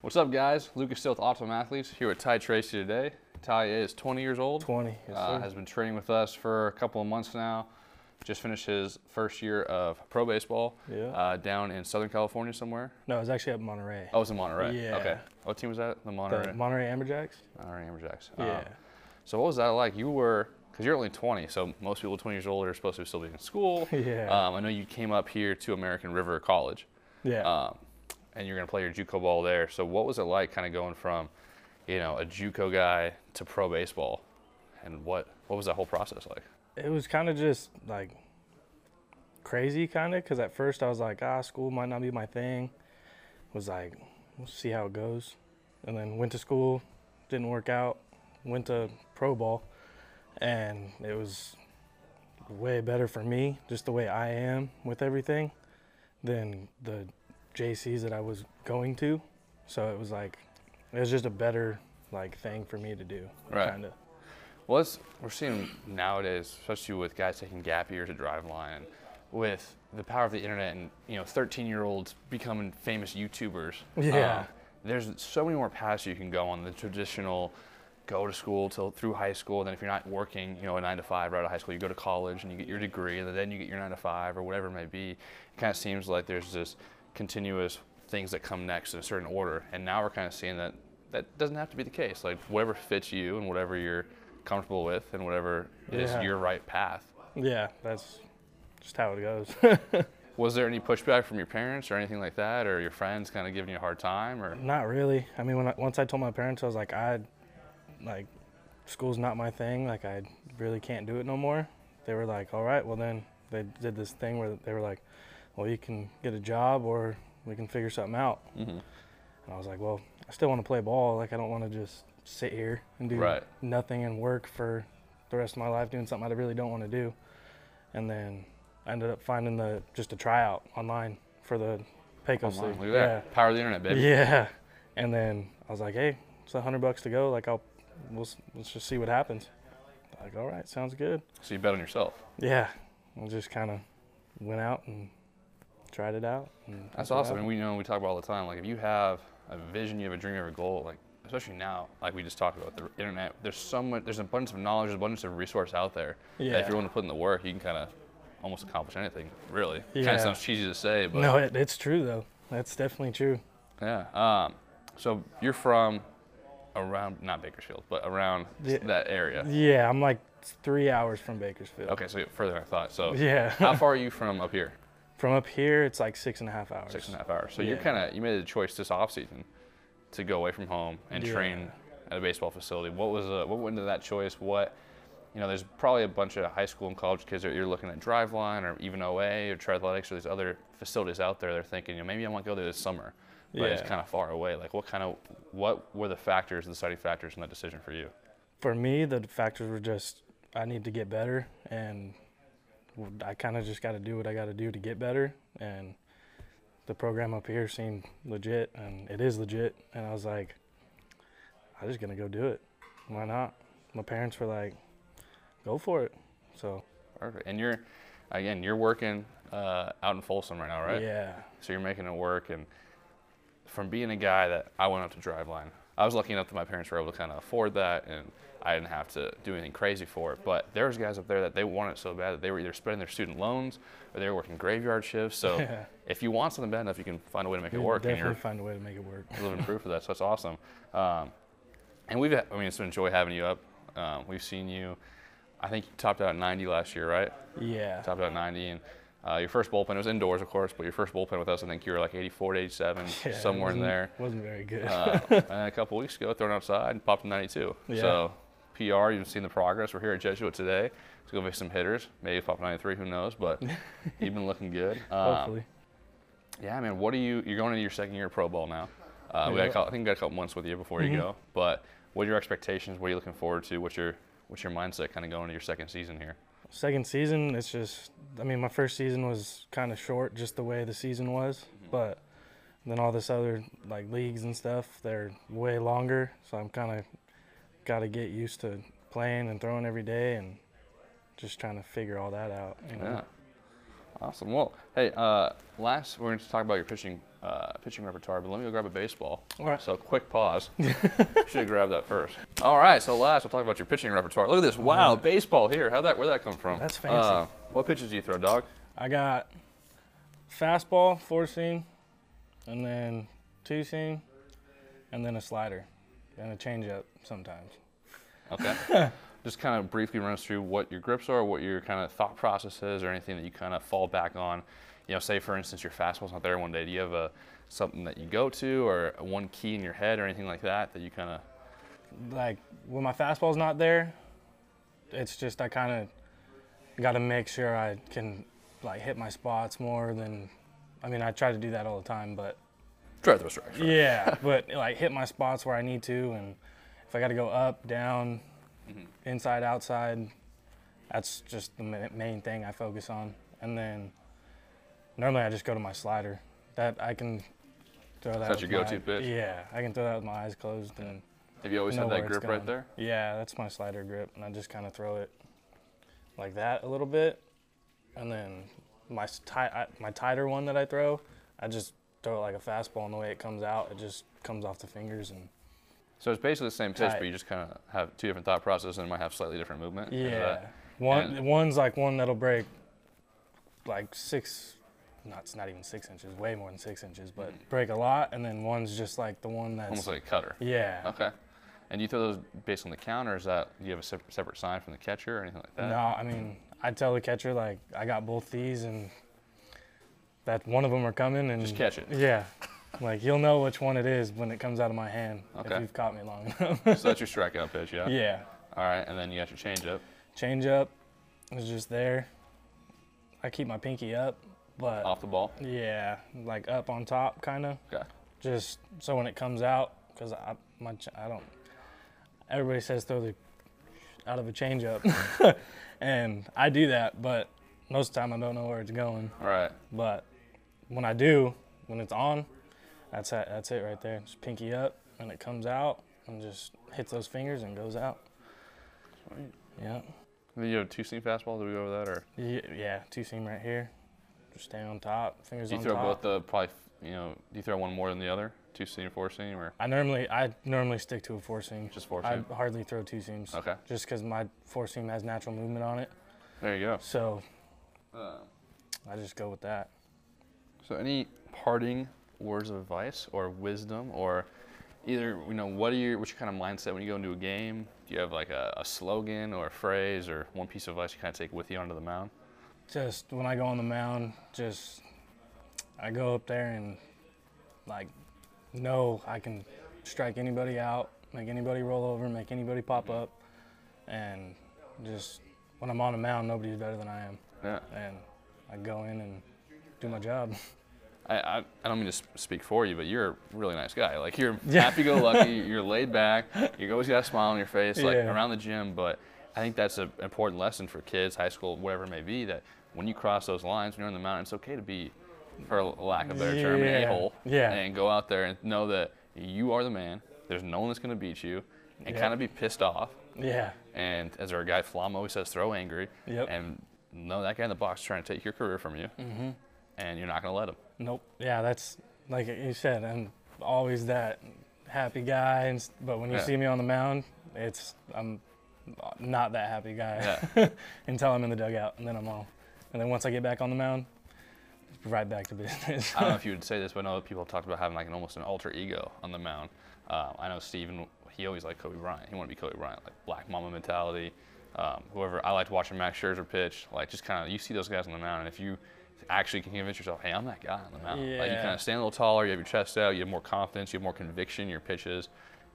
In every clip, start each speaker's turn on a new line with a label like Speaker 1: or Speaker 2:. Speaker 1: What's up, guys? Lucas Still with Optimum Athletes here with Ty Tracy today. Ty is 20 years old.
Speaker 2: 20. Yes,
Speaker 1: uh,
Speaker 2: sir.
Speaker 1: has been training with us for a couple of months now. Just finished his first year of pro baseball
Speaker 2: Yeah.
Speaker 1: uh, down in Southern California somewhere.
Speaker 2: no, it was actually at Monterey.
Speaker 1: Oh, it was in Monterey.
Speaker 2: Yeah.
Speaker 1: Okay. What team was that? The Monterey.
Speaker 2: The Monterey Amberjacks?
Speaker 1: Monterey Amberjacks. Um,
Speaker 2: Yeah.
Speaker 1: so what was that like? You were, because you're only 20, so most people 20 years old are supposed to still be in school.
Speaker 2: Yeah.
Speaker 1: Um, I know you came up here to American River College.
Speaker 2: yeah.
Speaker 1: um, and you're going to play your JUCO ball there. So what was it like, kind of going from, you know, a JUCO guy to pro baseball, and what what was that whole process like?
Speaker 2: it was kind of just like crazy, kind of, because at first I was like, ah, school might not be my thing. Was like, we'll see how it goes. And then went to school, didn't work out, went to pro ball, and it was way better for me, just the way I am with everything, than the JCs that I was going to. So it was like, it was just a better like thing for me to do,
Speaker 1: Right.
Speaker 2: kind of.
Speaker 1: Well, it's, we're seeing nowadays, especially with guys taking gap years to drive line, with the power of the internet and you know, 13-year-olds becoming famous YouTubers. um,
Speaker 2: Yeah.
Speaker 1: there's so many more paths you can go on the traditional go to school till through high school and then if you're not working you know a nine to five right out of high school you go to college and you get your degree and then you get your nine to five or whatever it may be it kind of seems like there's this continuous things that come next in a certain order and now we're kind of seeing that that doesn't have to be the case like whatever fits you and whatever you're comfortable with and whatever is
Speaker 2: Yeah.
Speaker 1: your right path
Speaker 2: Yeah, that's just how it goes.
Speaker 1: was there any pushback from your parents or anything like that or your friends kind of giving you a hard time or
Speaker 2: Not really. I mean, when I, once I told my parents, I was like, I, like, school's not my thing. Like, I really can't do it no more. They were like, all right. Well, then they did this thing where they were like, well, you can get a job or we can figure something out.
Speaker 1: Mhm.
Speaker 2: And I was like, well, I still want to play ball. Like, I don't want to just sit here and do
Speaker 1: Right.
Speaker 2: nothing and work for the rest of my life doing something I really don't want to do. And then I ended up finding the just a tryout online for the Pecos
Speaker 1: Online,
Speaker 2: League.
Speaker 1: look at that power of the internet baby
Speaker 2: Yeah. And then I was like, hey, it's a hundred bucks to go. Like, I'll, we'll, s- let's just see what happens. Like, all right, sounds good.
Speaker 1: so you bet on yourself
Speaker 2: Yeah. I just kind of went out and tried it out. and
Speaker 1: That's
Speaker 2: what
Speaker 1: awesome. And
Speaker 2: happened.
Speaker 1: we know we talk about it all the time. Like if you have a vision, you have a dream, you have a goal. Like especially now, like we just talked about the internet. There's so much. There's an abundance of knowledge. There's an abundance of resource out there. That if
Speaker 2: Yeah.
Speaker 1: you're willing to put in the work, you can kind of almost accomplish anything. Really. Kind
Speaker 2: Yeah.
Speaker 1: of sounds cheesy to say, but
Speaker 2: No, it, it's true, though. That's definitely true.
Speaker 1: yeah. Um, so you're from around not Bakersfield, but around
Speaker 2: Yeah.
Speaker 1: that area.
Speaker 2: Yeah. I'm like three hours from Bakersfield.
Speaker 1: Okay, so you're further than I thought. So
Speaker 2: Yeah.
Speaker 1: how far are you from up here?
Speaker 2: from up here, it's like six and a half hours.
Speaker 1: six and a half hours. So you're
Speaker 2: Yeah.
Speaker 1: kind of you made the choice this off season to go away from home and
Speaker 2: Yeah.
Speaker 1: train at a baseball facility. What was uh, what went into that choice? What you know, there's probably a bunch of high school and college kids that you're looking at Driveline or even OA or Triathletics or these other facilities out there. They're thinking, you know, maybe I want to go there this summer, but it's
Speaker 2: Yeah.
Speaker 1: kind of far away. Like, what kind of what were the factors, the deciding factors in that decision for you?
Speaker 2: for me, the factors were just I need to get better, and I kind of just got to do what I got to do to get better. And the program up here seemed legit, and it is legit. And I was like, I'm just gonna go do it. Why not? My parents were like, go for it. So
Speaker 1: Perfect. And you're again, you're working uh, out in Folsom right now, right?
Speaker 2: yeah,
Speaker 1: So you're making it work, and from being a guy that I went up to Driveline, I was lucky enough that my parents were able to kind of afford that, and I didn't have to do anything crazy for it. But there was guys up there that they wanted it so bad that they were either spending their student loans or they were working graveyard shifts. So
Speaker 2: Yeah.
Speaker 1: if you want something bad enough, you can find a way to make it
Speaker 2: You'd
Speaker 1: work, and
Speaker 2: Definitely
Speaker 1: you're
Speaker 2: find a way to make it work.
Speaker 1: living proof of that. So that's awesome. Um, and we've, I mean, it's been a joy having you up. Um, we've seen you. I think you topped out at 90 last year, right?
Speaker 2: Yeah,
Speaker 1: topped out 90 and uh, your first bullpen it was indoors of course but your first bullpen with us i think you were like 84 to 87
Speaker 2: Yeah, mm-hmm. it
Speaker 1: somewhere in
Speaker 2: wasn't-
Speaker 1: there
Speaker 2: Wasn't very good.
Speaker 1: uh, and a couple weeks ago thrown outside and popped a 92
Speaker 2: Yeah.
Speaker 1: so pr you've seen the progress we're here at jesuit today let's go make some hitters maybe pop a 93 who knows but you've been looking good Um,
Speaker 2: Hopefully.
Speaker 1: yeah man what do you you're going into your second year of pro bowl now uh, we got a
Speaker 2: Yeah. Mm-hmm.
Speaker 1: couple, i think we got a couple months with you before you go but what are your expectations what are you looking forward to what's your what's your mindset kind of going into your second season here
Speaker 2: Second season, it's just, I mean, my first season was kind of short, just the way the season was. But then all this other, like, leagues and stuff, they're way longer. So I'm kind of got to get used to playing and throwing every day and just trying to figure all that out. You know?
Speaker 1: Yeah. Awesome. Well, hey, uh, last we're going to talk about your pitching uh, pitching repertoire, but let me go grab a baseball.
Speaker 2: All right.
Speaker 1: So quick pause. Should have grabbed that first. All right. So last we'll talk about your pitching repertoire. Look at this. Wow, baseball here. How that? Where would that come from?
Speaker 2: That's fancy.
Speaker 1: Uh, what pitches do you throw, dog?
Speaker 2: I got fastball, four seam, and then two seam, and then a slider, and a changeup sometimes.
Speaker 1: Okay. Just kind of briefly run us through what your grips are, what your kind of thought process is, or anything that you kind of fall back on. You know, say for instance your fastball's not there one day. Do you have a something that you go to, or one key in your head, or anything like that that you kind of
Speaker 2: Like when my fastball's not there, it's just I kind of got to make sure I can like hit my spots more than. I mean, I try to do that all the time, but
Speaker 1: try to throw strikes?
Speaker 2: yeah, but like hit my spots where I need to, and if I got to go up, down,
Speaker 1: Mm-hmm.
Speaker 2: inside, outside, that's just the ma- main thing I focus on. And then normally I just go to my slider. That I can throw that.
Speaker 1: That's
Speaker 2: with
Speaker 1: your
Speaker 2: my-
Speaker 1: go-to pitch?
Speaker 2: Yeah, I can throw that with my eyes closed and
Speaker 1: Have you always
Speaker 2: know
Speaker 1: had
Speaker 2: where
Speaker 1: that
Speaker 2: it's
Speaker 1: grip right
Speaker 2: going.
Speaker 1: there?
Speaker 2: Yeah, that's my slider grip, and I just kind of throw it like that a little bit, and then my s- ti- I- my tighter one that I throw, I just throw it like a fastball, and the way it comes out, it just comes off the fingers, and
Speaker 1: So it's basically the same pitch,
Speaker 2: Tight.
Speaker 1: but you just kind of have two different thought processes and might have slightly different movement. Is
Speaker 2: yeah,
Speaker 1: that-
Speaker 2: one
Speaker 1: and-
Speaker 2: one's like one that'll break like six, not it's not even six inches, way more than six inches, but break a lot, and then one's just like the one that's
Speaker 1: Mm. almost like a cutter.
Speaker 2: yeah.
Speaker 1: Okay. And you throw those based on the counter. Is that do you have a separate, separate sign from the catcher or anything like that?
Speaker 2: No, I mean, I tell the catcher like I got both these and that one of them are coming and
Speaker 1: Just catch it.
Speaker 2: Yeah, like you'll know which one it is when it comes out of my hand
Speaker 1: Okay.
Speaker 2: if you've caught me long enough.
Speaker 1: So that's your strikeout pitch, yeah.
Speaker 2: yeah,
Speaker 1: All right, and then you got your changeup.
Speaker 2: change up is just there. I keep my pinky up, but
Speaker 1: off the ball.
Speaker 2: yeah, like up on top kind of.
Speaker 1: Okay.
Speaker 2: just so when it comes out, because I my ch- I don't. Everybody says throw the out of a changeup, and I do that, but most of the time I don't know where it's going.
Speaker 1: All right.
Speaker 2: But when I do, when it's on, that's it, that's it right there. Just pinky up, and it comes out, and just hits those fingers and goes out.
Speaker 1: Sweet.
Speaker 2: Yeah,
Speaker 1: And then you have two seam fastball. Did we go over that, or
Speaker 2: Ye- yeah, two seam right here. Just stay on top, fingers
Speaker 1: do you
Speaker 2: on
Speaker 1: throw
Speaker 2: top.
Speaker 1: both the probably f- you know do you throw one more than the other, two seam, four seam, or
Speaker 2: I normally I normally stick to a four seam.
Speaker 1: just four
Speaker 2: I
Speaker 1: seam?
Speaker 2: hardly throw two seams.
Speaker 1: Okay.
Speaker 2: just because my four seam has natural movement on it.
Speaker 1: There you go.
Speaker 2: So
Speaker 1: Uh,
Speaker 2: I just go with that.
Speaker 1: So, any parting words of advice or wisdom, or either you know, what are your what's your kind of mindset when you go into a game? Do you have like a, a slogan or a phrase or one piece of advice you kind of take with you onto the mound?
Speaker 2: Just when I go on the mound, just I go up there and like know I can strike anybody out, make anybody roll over, make anybody pop up, and just when I'm on the mound, nobody's better than I am,
Speaker 1: Yeah,
Speaker 2: and I go in and do my job.
Speaker 1: I, I, I don't mean to sp- speak for you, but you're a really nice guy. Like you're
Speaker 2: Yeah.
Speaker 1: happy-go-lucky, you're laid back, you always got a smile on your face, like
Speaker 2: Yeah.
Speaker 1: around the gym. But I think that's an important lesson for kids, high school, whatever it may be, that when you cross those lines, when you're on the mound, it's okay to be, for lack of a better term, an
Speaker 2: Yeah.
Speaker 1: a-hole.
Speaker 2: Yeah.
Speaker 1: And go out there and know that you are the man. There's no one that's going to beat you, and
Speaker 2: Yeah.
Speaker 1: kind of be pissed off.
Speaker 2: yeah,
Speaker 1: And as our guy Flom always says, throw angry.
Speaker 2: Yep.
Speaker 1: And know that guy in the box is trying to take your career from you, mm-hmm. and you're not going to let him.
Speaker 2: Nope. Yeah, that's like you said. I'm always that happy guy, and, s- but when you
Speaker 1: Yeah.
Speaker 2: see me on the mound, it's I'm not that happy guy until I'm in the dugout, and then I'm all. And then once I get back on the mound, right back to business.
Speaker 1: I don't know if you would say this, but I know that people have talked about having like an almost an alter ego on the mound. Um, I know Steven, he always liked Kobe Bryant. He wanted to be Kobe Bryant, like black mama mentality. Um, whoever I liked watching Max Scherzer pitch, like just kind of you see those guys on the mound, and if you actually can convince yourself, hey, I'm that guy on the mound, like you
Speaker 2: Yeah.
Speaker 1: kind of stand a little taller, you have your chest out, you have more confidence, you have more conviction in your pitches,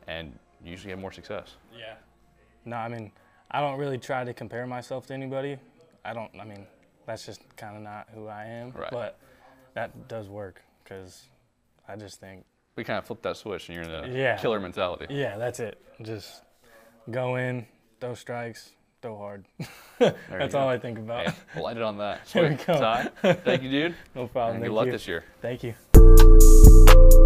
Speaker 1: and you usually have more success.
Speaker 2: yeah. No, I mean, I don't really try to compare myself to anybody. I don't. I mean, that's just kind of not who I am.
Speaker 1: Right.
Speaker 2: But that does work because I just think
Speaker 1: We kind of flip that switch, and you're in the
Speaker 2: Yeah.
Speaker 1: killer mentality.
Speaker 2: Yeah, that's it. Just go in, throw strikes, throw hard.
Speaker 1: There
Speaker 2: that's
Speaker 1: you
Speaker 2: all
Speaker 1: go.
Speaker 2: I think about.
Speaker 1: Hey, we'll end it on that.
Speaker 2: There we
Speaker 1: Sweet.
Speaker 2: go.
Speaker 1: Ty, thank you, dude.
Speaker 2: No
Speaker 1: And
Speaker 2: problem.
Speaker 1: good
Speaker 2: Thank
Speaker 1: luck
Speaker 2: you.
Speaker 1: this year.
Speaker 2: Thank you.